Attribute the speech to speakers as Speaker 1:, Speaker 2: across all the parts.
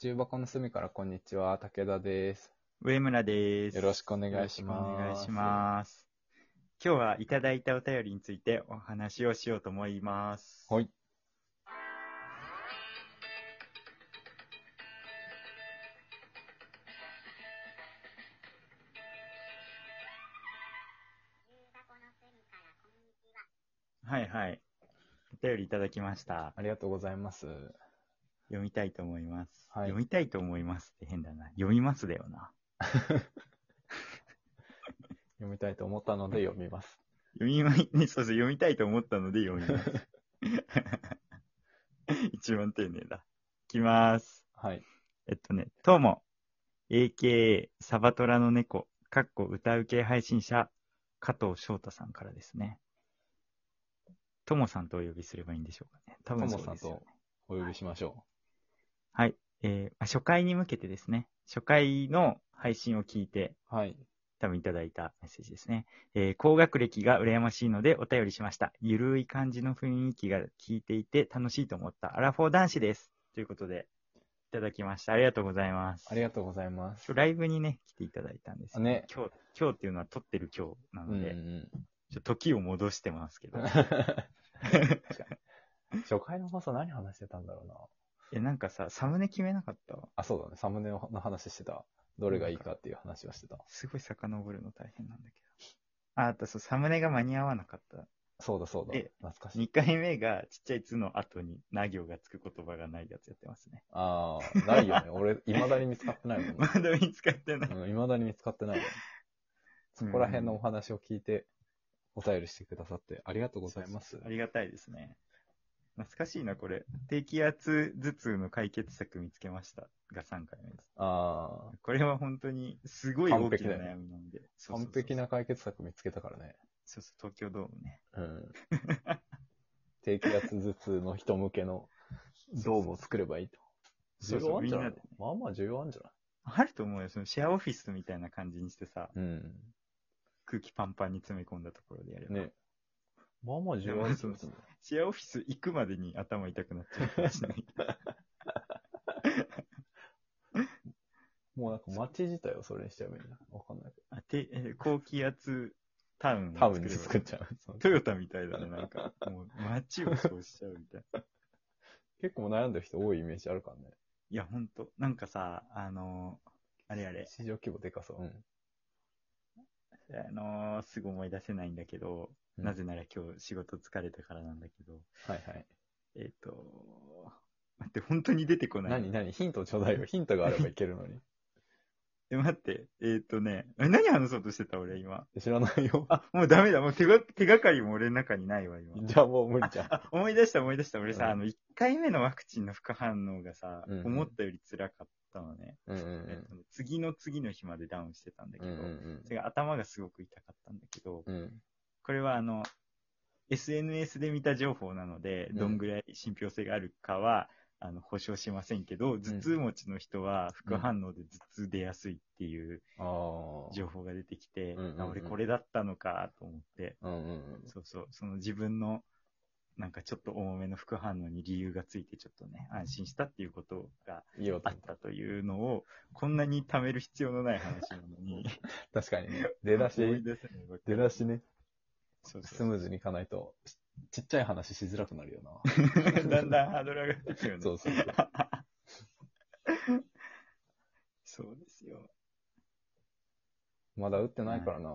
Speaker 1: 重箱の隅からこんにちは、武田です。
Speaker 2: 上村です。
Speaker 1: よろしくお願いします
Speaker 2: よろくお願いします。今日はいただいたお便りについてお話をしようと思います。。
Speaker 1: はいい。
Speaker 2: はいはい。お便りいただきました。
Speaker 1: ありがとうございます。
Speaker 2: 読みたいと思います。
Speaker 1: はい
Speaker 2: 読みたいと思いますって変だな。読みますだよな。
Speaker 1: 読みたいと思ったので読みます。
Speaker 2: 読みま、 そうそう、読みたいと思ったので読みます。 一番丁寧だ。いきます。
Speaker 1: はい。
Speaker 2: えっとね、どうも、AKA サバトラの猫、かっこ歌う系配信者、加藤翔太さんからですね。ともさんとお呼びすればいいんでしょうかね。多
Speaker 1: と
Speaker 2: 分
Speaker 1: も
Speaker 2: そう
Speaker 1: さ
Speaker 2: で
Speaker 1: ん
Speaker 2: すよね
Speaker 1: とお呼びしましょ
Speaker 2: はい。えーまあ初回に向けてですね、初回の配信を聞いて、
Speaker 1: う。はい。
Speaker 2: 多分いただいたメッセージですね。えー高学歴が羨ましいのでお便りしました。ゆるい感じの雰囲気が聞いていて楽しいと思ったアラフォー男子です。ということで、いただきました。ありがとうございます。
Speaker 1: ありがとうございます
Speaker 2: 今日。ライブにね、来ていただいたんですよ
Speaker 1: ね
Speaker 2: 今日、今日っていうのは撮ってる今日な
Speaker 1: う
Speaker 2: の
Speaker 1: ん
Speaker 2: で、
Speaker 1: うん。
Speaker 2: ちょっと時を戻してます けど。
Speaker 1: 初回の放送何話してたんだろうな。
Speaker 2: え、なんかさ、サムネ決めなかった
Speaker 1: あ、そうだね。サムネの話してた。どれがいいかっていう話をしてた。
Speaker 2: すごい遡るの大変なんだけど。あ、あとそう、サムネが間に合わなかった。
Speaker 1: そうだそうだ
Speaker 2: で。
Speaker 1: 懐かしい。
Speaker 2: 2回目がちっちゃい「つ」の後に「な行」がつく言葉がないやつやってますね。
Speaker 1: ああ、ないよね。俺、未だに見つかってないもん
Speaker 2: ま
Speaker 1: ね。
Speaker 2: だ見つかってない。
Speaker 1: うん、未だに見つかってないもん。そこら辺のお話を聞いて、お便りしてくださってありがとうございます。
Speaker 2: ありがたいですね。懐かしいな、これ。低気圧頭痛の解決策見つけましたが3回目です。
Speaker 1: あ
Speaker 2: これは本当にすごい大きな悩みなんで。
Speaker 1: あ、完璧な
Speaker 2: そう
Speaker 1: 解決策見つけたから ね。
Speaker 2: そうそう、東京ドームね。
Speaker 1: うん。低気圧頭痛の人向けのドームを作ればいいと。
Speaker 2: そう
Speaker 1: 需
Speaker 2: そ
Speaker 1: 要
Speaker 2: う、
Speaker 1: あん
Speaker 2: みん
Speaker 1: じゃな
Speaker 2: ないで。
Speaker 1: まあまあ需要あんじゃない
Speaker 2: あると思うよ、そのシェアオフィスみたいな感じにしてさ、
Speaker 1: うん。
Speaker 2: 空気パンパンに詰め込んだところでやれば。
Speaker 1: ね。まあまあ需要あるんじゃない
Speaker 2: シェアオフィス行くまでに頭痛くなっちゃうかも しれない。
Speaker 1: もうなんか街自体をそれにしちゃえばいいな。わかんないけ
Speaker 2: あてえー高気圧タウンを
Speaker 1: ど。
Speaker 2: 作
Speaker 1: 多
Speaker 2: れば
Speaker 1: 分作っちゃう。そう
Speaker 2: トヨタみたいだね、なんか。もう街をそうしちゃうみたいな。
Speaker 1: 結構悩んでる人多いイメージあるからね。
Speaker 2: いや、ほんと。なんかさ、あのーあれあれ、
Speaker 1: 市場規模でかそう。
Speaker 2: あのーすぐ思い出せないんだけど、
Speaker 1: うん
Speaker 2: なぜなら今日仕事疲れたからなんだけど、
Speaker 1: はいはい。
Speaker 2: えっ、と、待って、本当に出てこない。
Speaker 1: 何何ヒントちょうだいよ。ヒントがあればいける のに。
Speaker 2: え、待って、えっ、とね、え何話そうとしてた俺今。
Speaker 1: 知らないよ。
Speaker 2: あ、もうダメだ、もう手が、手がかりも俺の中にないわ、今。
Speaker 1: じゃあもう無理じゃん。
Speaker 2: あ、思い出した思い出した。俺さ、
Speaker 1: うん
Speaker 2: あの、1回目のワクチンの副反応がさ、
Speaker 1: うんうん
Speaker 2: 思ったより辛かったのね。
Speaker 1: うんうんう
Speaker 2: えっ
Speaker 1: ん
Speaker 2: とね次の次の日までダウンしてたんだけ
Speaker 1: うん
Speaker 2: ど、
Speaker 1: うん
Speaker 2: それが頭がすごく痛かったんだけど、
Speaker 1: うん。うん。
Speaker 2: これはあの、SNS で見た情報なので、
Speaker 1: うん
Speaker 2: どんぐらい信憑性があるかは、あの、保証しませんけど、頭痛持ちの人は副反応で頭痛出やすいっていう
Speaker 1: ああ。
Speaker 2: 情報が出てきて、
Speaker 1: うんうんうん
Speaker 2: あ、俺これだったのかと思って、
Speaker 1: うんうんうん。
Speaker 2: そうそう、その自分の、なんかちょっと重めの副反応に理由がついて、ちょっとね、安心したっていうことが
Speaker 1: いいよ
Speaker 2: あったというのを、こんなに貯める必要のない話なのに、
Speaker 1: 確かにね。出だ
Speaker 2: 思
Speaker 1: し、
Speaker 2: い出せないわけ
Speaker 1: 出だしね、
Speaker 2: そう
Speaker 1: ス
Speaker 2: そう
Speaker 1: ムーズにいかないと、ちちっちゃい話しづらくなるよ
Speaker 2: だんだんハードル上がってくよ
Speaker 1: な。
Speaker 2: ね。
Speaker 1: そうそう。
Speaker 2: そうですよ。
Speaker 1: まだ打ってないからな。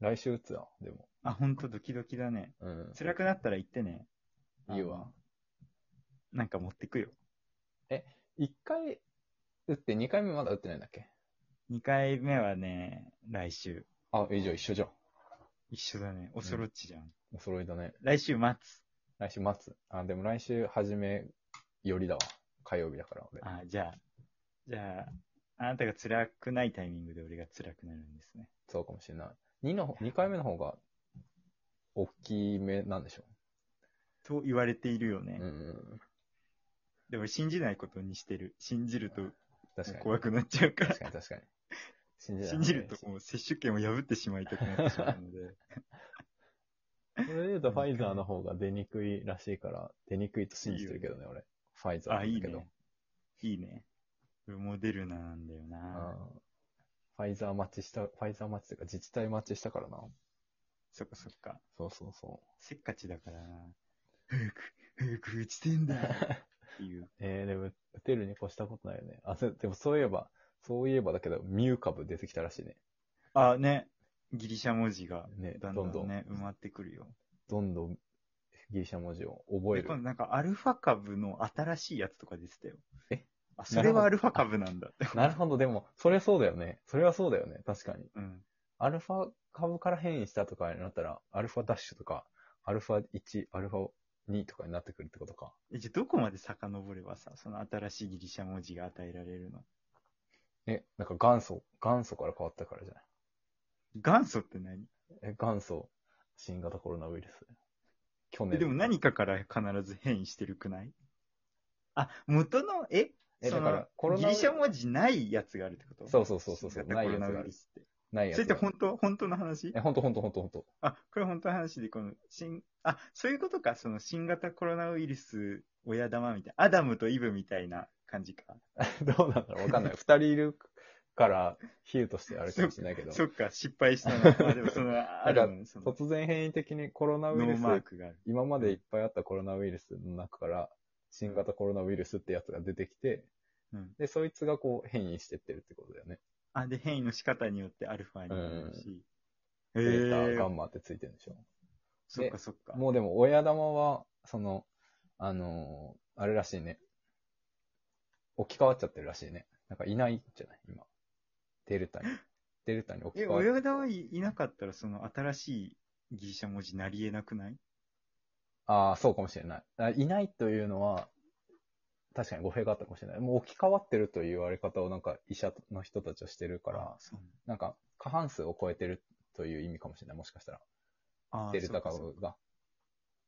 Speaker 1: 来週打つよ、でも。
Speaker 2: あ、ほんとドキドキだね。
Speaker 1: うん。
Speaker 2: 辛くなったら言ってね。
Speaker 1: いいわ。
Speaker 2: なんか持ってくよ。
Speaker 1: 一回打って、二回目まだ打ってないんだっけ
Speaker 2: 2回目はね、来週。
Speaker 1: あ、以上一緒じゃん。
Speaker 2: 一緒だね。おそろっちじゃん。
Speaker 1: お揃いだね。
Speaker 2: 来週待つ。
Speaker 1: 来週待つ。あ、でも来週初めよりだわ。火曜日だから俺。
Speaker 2: あ、じゃあ、じゃあ、あなたが辛くないタイミングで俺が辛くなるんですね。
Speaker 1: そうかもしれない。2の、二回目の方が、大きめなんでしょ
Speaker 2: と言われているよね。
Speaker 1: う。うん。
Speaker 2: でも信じないことにしてる。信じると
Speaker 1: 確かに。
Speaker 2: 怖くなっちゃうから
Speaker 1: 確。かに確かに。信じない
Speaker 2: 信じるともう接種券を破ってしまいたくなってしまうので。
Speaker 1: それで言うと、ファイザーの方が出にくいらしいから、出にくいと信じてるけどね、俺。ファイザーな
Speaker 2: あ、
Speaker 1: ん
Speaker 2: い
Speaker 1: だ
Speaker 2: い
Speaker 1: けど。
Speaker 2: ね。いいね。モデルナなんだよな。
Speaker 1: うんファイザー待ちした、ファイザー待ちというか自治体待ちしたからな。
Speaker 2: そっかそっか。
Speaker 1: そうそうそ
Speaker 2: せっかちだからな。早く、早く打ちてえん
Speaker 1: う
Speaker 2: だ。。っていう。
Speaker 1: えー、でも、打てるに越したことないよね。あ、そうでもそういえば、そういえばだけど、ミュー株出てきたらしいね。
Speaker 2: あ、ね。ギリシャ文字が、
Speaker 1: ね、
Speaker 2: だんだ
Speaker 1: どんど
Speaker 2: ん
Speaker 1: ん、
Speaker 2: ね、埋まってくるよ。
Speaker 1: どんどんギリシャ文字を覚え
Speaker 2: で、
Speaker 1: る
Speaker 2: 今。度なんかアルファ株の新しいやつとか出てたよ。
Speaker 1: え
Speaker 2: あ、それはアルファ株なんだって。
Speaker 1: なるほど、でも、それそうだよね。それはそうだよね。確かに。
Speaker 2: うん。
Speaker 1: アルファ株から変異したとかになったら、アルファダッシュとか、アルファ1、アルファ2とかになってくるってことか。
Speaker 2: えじゃあどこまで遡ればさ、その新しいギリシャ文字が与えられるの
Speaker 1: え、なんか元祖、元祖から変わったからじゃない
Speaker 2: 元祖って何
Speaker 1: え、元祖、新型コロナウイルス。去
Speaker 2: え
Speaker 1: 年。
Speaker 2: でも何かから必ず変異してるくないあ、元の、え
Speaker 1: え
Speaker 2: その
Speaker 1: だからコロナウイ
Speaker 2: ギ
Speaker 1: ル
Speaker 2: リ
Speaker 1: ス
Speaker 2: シャ文字ないやつがあるってこと
Speaker 1: そうそうそうそうそう
Speaker 2: 新型コロナ
Speaker 1: ないやつがある
Speaker 2: ウイルスって。
Speaker 1: ないや
Speaker 2: そ
Speaker 1: つ
Speaker 2: れって
Speaker 1: が。
Speaker 2: 本当、本当の話
Speaker 1: え、ほんとほんとほんとほんと。
Speaker 2: あ、これ本当の話で、この、新、あ、そういうことか、その新型コロナウイルス親玉みたいな、アダムとイブみたいな感じか。
Speaker 1: どうなんだろうわかんない。二人いるから、比喩としてあるかもしれないけど、
Speaker 2: そっか、失敗したな。 まあでもその、アダム、その、
Speaker 1: 突然変異的にコロナウイ
Speaker 2: ノ
Speaker 1: ル
Speaker 2: ー
Speaker 1: ス、
Speaker 2: マークがある。
Speaker 1: 今までいっぱいあったコロナウイルスの中から、新型コロナウイルスってやつが出てきて、
Speaker 2: うん。
Speaker 1: で、そいつがこう変異してってるってことだよね。
Speaker 2: あ、で、変異の仕方によってアルファになるし。え
Speaker 1: データ、
Speaker 2: え
Speaker 1: ガ
Speaker 2: ー、
Speaker 1: ンマってついてるんでしょ。
Speaker 2: そっかそっか。
Speaker 1: もうでも、親玉は、その、あのーあれらしいね。置き換わっちゃってるらしいね。なんかいないんじゃない今。デルタ に。デルタに置き
Speaker 2: え、
Speaker 1: 換わっ
Speaker 2: 親玉いいなかったら、その新しいギリシャ文字なりえなくない
Speaker 1: ああ、そうかもしれない。あいないというのは、確かに語弊があったかもしれない。もう置き換わってるという言われ方をなんか医者の人たちはしてるから、
Speaker 2: そうなんだ
Speaker 1: なんか過半数を超えてるという意味かもしれない。もしかしたら。
Speaker 2: あー
Speaker 1: デルタ
Speaker 2: そうかそう
Speaker 1: 株が。
Speaker 2: か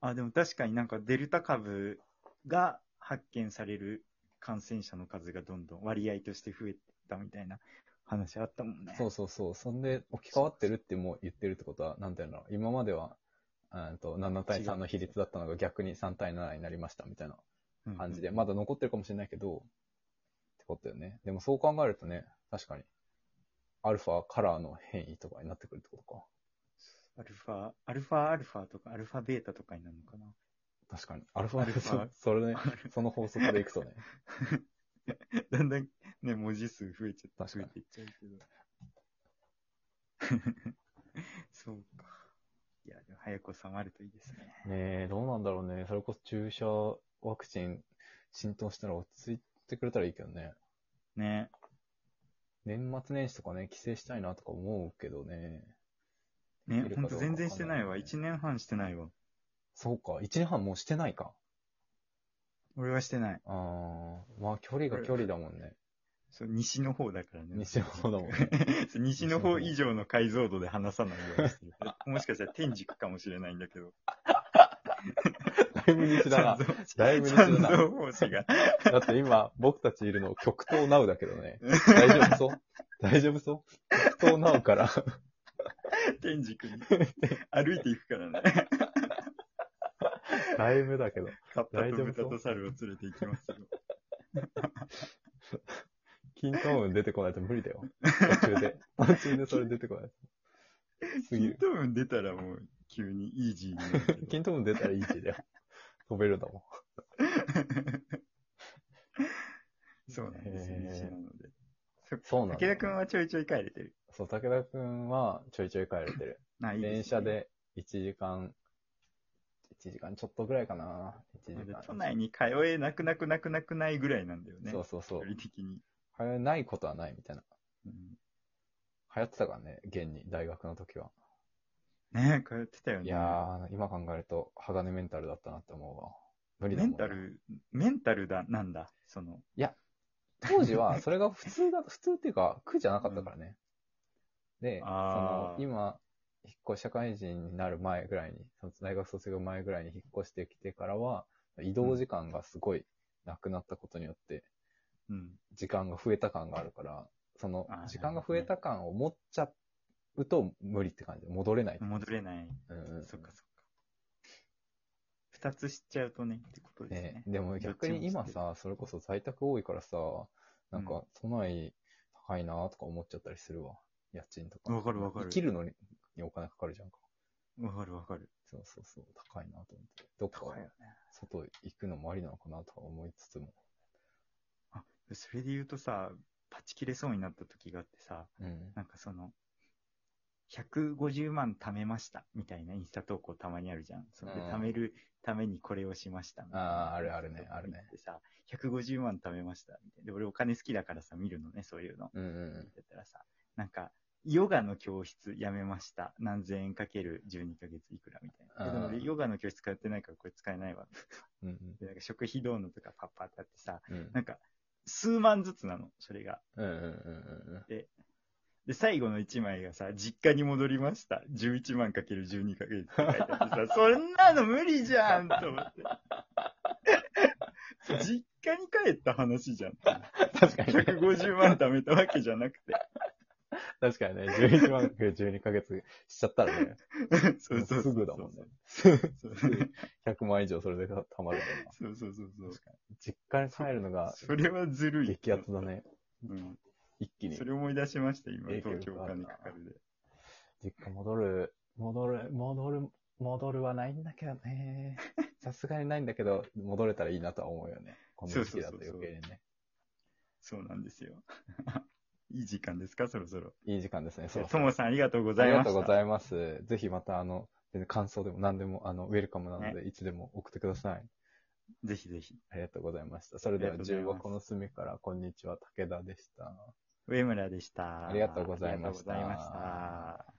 Speaker 2: あ、でも確かになんかデルタ株が発見される感染者の数がどんどん割合として増えたみたいな話あったもんね。
Speaker 1: そうそうそう。そんで置き換わってるってもう言ってるってことは、なんていうの今までは、うんと7対3の比率だったのが逆に3対7になりましたみたいな
Speaker 2: うんうん
Speaker 1: 感じで、まだ残ってるかもしれないけど、ってことよね。でもそう考えるとね、確かに、アルファカラーの変異とかになってくるってことか。
Speaker 2: アルファ、アルファアルファとか、アルファベータとかになるのかな。
Speaker 1: 確かに。アルファ
Speaker 2: アルファ
Speaker 1: そ れね、その法則でいくとね。
Speaker 2: だんだんね、文字数増えちゃっ
Speaker 1: 確
Speaker 2: て、
Speaker 1: か
Speaker 2: 増え
Speaker 1: に
Speaker 2: ていっちゃうけど。 そうか。いや、でも早く収まるといいですね。
Speaker 1: ねえ、どうなんだろうね。それこそ注射ワクチン浸透したら落ち着いてくれたらいいけどね。
Speaker 2: ね。
Speaker 1: 年末年始とかね、帰省したいなとか思うけどね。でき
Speaker 2: ね
Speaker 1: る、か
Speaker 2: ほ
Speaker 1: どうか
Speaker 2: んと全然してないわ。
Speaker 1: わかんないね
Speaker 2: 1年半してないわ。
Speaker 1: そうか、1年半もうしてないか。
Speaker 2: 俺はしてない。
Speaker 1: あー、まあ距離が距離だもんね。
Speaker 2: そう、西の方だからね。
Speaker 1: 西の方だもんね。
Speaker 2: そう 西の方以上の解像度で話さないようにしてる。もしかしたら天竺かもしれないんだけど。
Speaker 1: だいぶ西だな。
Speaker 2: 三
Speaker 1: だいぶ西だ
Speaker 2: 蔵三
Speaker 1: な。
Speaker 2: 蔵法師が。
Speaker 1: だって今、僕たちいるの極東なうだけどね。大丈夫そう大丈夫そう極東なうから。
Speaker 2: 天竺に歩いていくから ね。
Speaker 1: だいぶだけど。
Speaker 2: カッパ
Speaker 1: 大
Speaker 2: と
Speaker 1: 丈夫
Speaker 2: 豚
Speaker 1: そう
Speaker 2: と猿を連れて行きますよ。
Speaker 1: キントーン出てこないと無理だよ。途中で。途中でそれ出てこない。すぎ
Speaker 2: 金
Speaker 1: る。
Speaker 2: トム出たらもう急にイージーになる けど
Speaker 1: キントーン出たらいいしだよ。飛べるんだも
Speaker 2: そうなんですよ、
Speaker 1: へー
Speaker 2: 西なので。そっか
Speaker 1: そうなんだ
Speaker 2: 武田君はちょいちょい帰れてる。
Speaker 1: ん。そう、武田くんはちょいちょい帰れてる。
Speaker 2: ないいすね
Speaker 1: 電車。で1時間、1時間ちょっとぐらいかな。1時
Speaker 2: で
Speaker 1: 間。
Speaker 2: 都内に通えなくなくなくなくないぐらいなんだよね。
Speaker 1: そうそうそう。
Speaker 2: 距離的に。
Speaker 1: 通えないことはないみたいな。
Speaker 2: うん
Speaker 1: 流行ってたからね、現に、大学の時は。
Speaker 2: ねえ、通ってたよね。
Speaker 1: いやー、今考えると、鋼メンタルだったなって思うわ。無理だ
Speaker 2: メ
Speaker 1: もん
Speaker 2: ン
Speaker 1: な
Speaker 2: タル、メンタルだ、なんだ、その、
Speaker 1: 当時は、それが普通だ、普通っていう か、苦じゃなかったからね。で、その、
Speaker 2: あー
Speaker 1: 今、引っ越し、社会人になる前ぐらいに、その大学卒業前ぐらいに引っ越してきてからは、移動時間がすごいなくなったことによって、
Speaker 2: うん。
Speaker 1: 時間が増えた感があるから、その
Speaker 2: あー、
Speaker 1: 時間が増えた感を持っちゃうと無理って感じ。戻れない。
Speaker 2: 戻れない。
Speaker 1: うんうん
Speaker 2: そっかそっか。二つ知っちゃうとね、ってことですね
Speaker 1: ね。でも逆に今
Speaker 2: どっ
Speaker 1: さ、それこそ在宅多いからさ、なんか、都内高いなとか思っちゃったりするわ。家賃とか。
Speaker 2: わかるわかる
Speaker 1: 生きるのににお金かかるじゃんか。
Speaker 2: わかるわかる。
Speaker 1: そうそうそう、高いなと思って。どっか
Speaker 2: 高いよね。
Speaker 1: 外行くのもありなのかなとか思いつつも。
Speaker 2: それで言うとさ、パチ切れそうになった時があってさ、
Speaker 1: うん。
Speaker 2: なんかその、150万貯めましたみたいなインスタ投稿たまにあるじゃん。それで
Speaker 1: うん
Speaker 2: 貯めるためにこれをしましたみたいな
Speaker 1: あーあるあるねあるね。
Speaker 2: でさ、150万貯めましたみたいな。で、俺お金好きだからさ、見るのね、そういうの。
Speaker 1: うん
Speaker 2: だったらさ、なんか、ヨガの教室やめました。何千円かける12ヶ月いくらみたいな。でも
Speaker 1: あー
Speaker 2: 俺ヨガの教室通ってないからこれ使えないわ。
Speaker 1: うん。うん
Speaker 2: でなんか食費どうのとかパッパってあってさ、
Speaker 1: うん。うん
Speaker 2: なんか、数万ずつなの、それが。
Speaker 1: うんうんうん うん。
Speaker 2: で、最後の1枚がさ、実家に戻りました。11万かける12ヶ月って書いてあ ってさ、そんなの無理じゃんと思 って。実家に帰った話じゃん。
Speaker 1: 確かにね。
Speaker 2: 150万貯めたわけじゃなくて。
Speaker 1: 確かにね。11万から12ヶ月しちゃったらね。
Speaker 2: そうそうそうそ
Speaker 1: す
Speaker 2: う。
Speaker 1: ぐだもんね。
Speaker 2: そう
Speaker 1: すぐ100万以上それで貯まるからな。
Speaker 2: そうそうそうそう。
Speaker 1: 実家に帰るのが
Speaker 2: それはずるい。
Speaker 1: 激アツだね。
Speaker 2: うん。
Speaker 1: 一気に
Speaker 2: そ。れ思い出しました、今。
Speaker 1: 影響
Speaker 2: 東京お
Speaker 1: 力ある
Speaker 2: 金
Speaker 1: な
Speaker 2: かかるで。
Speaker 1: 実家戻る、戻る、戻る、戻るはないんだけど ね。さすがにないんだけど、戻れたらいいなとは思うよね。この時期だと
Speaker 2: そうそうそうそう
Speaker 1: 余計にね。
Speaker 2: そうなんですよ。 いい時間ですか、そろそろ。
Speaker 1: いい時間ですね。そう
Speaker 2: ともさん、ありがとうござ
Speaker 1: あ
Speaker 2: い
Speaker 1: りが
Speaker 2: ました。
Speaker 1: とうございます。ぜひまた、あの、全然感想でも何でも、あの、ウェルカムなので、いつでも送ってください。
Speaker 2: ぜひぜひ。
Speaker 1: ありがとうございました。それで
Speaker 2: あ
Speaker 1: は、
Speaker 2: りがとう
Speaker 1: 15
Speaker 2: ございます
Speaker 1: 個の隅から、こんにちは、武田でした。
Speaker 2: 上村でした。
Speaker 1: ありがとうございました
Speaker 2: ありがとうございました。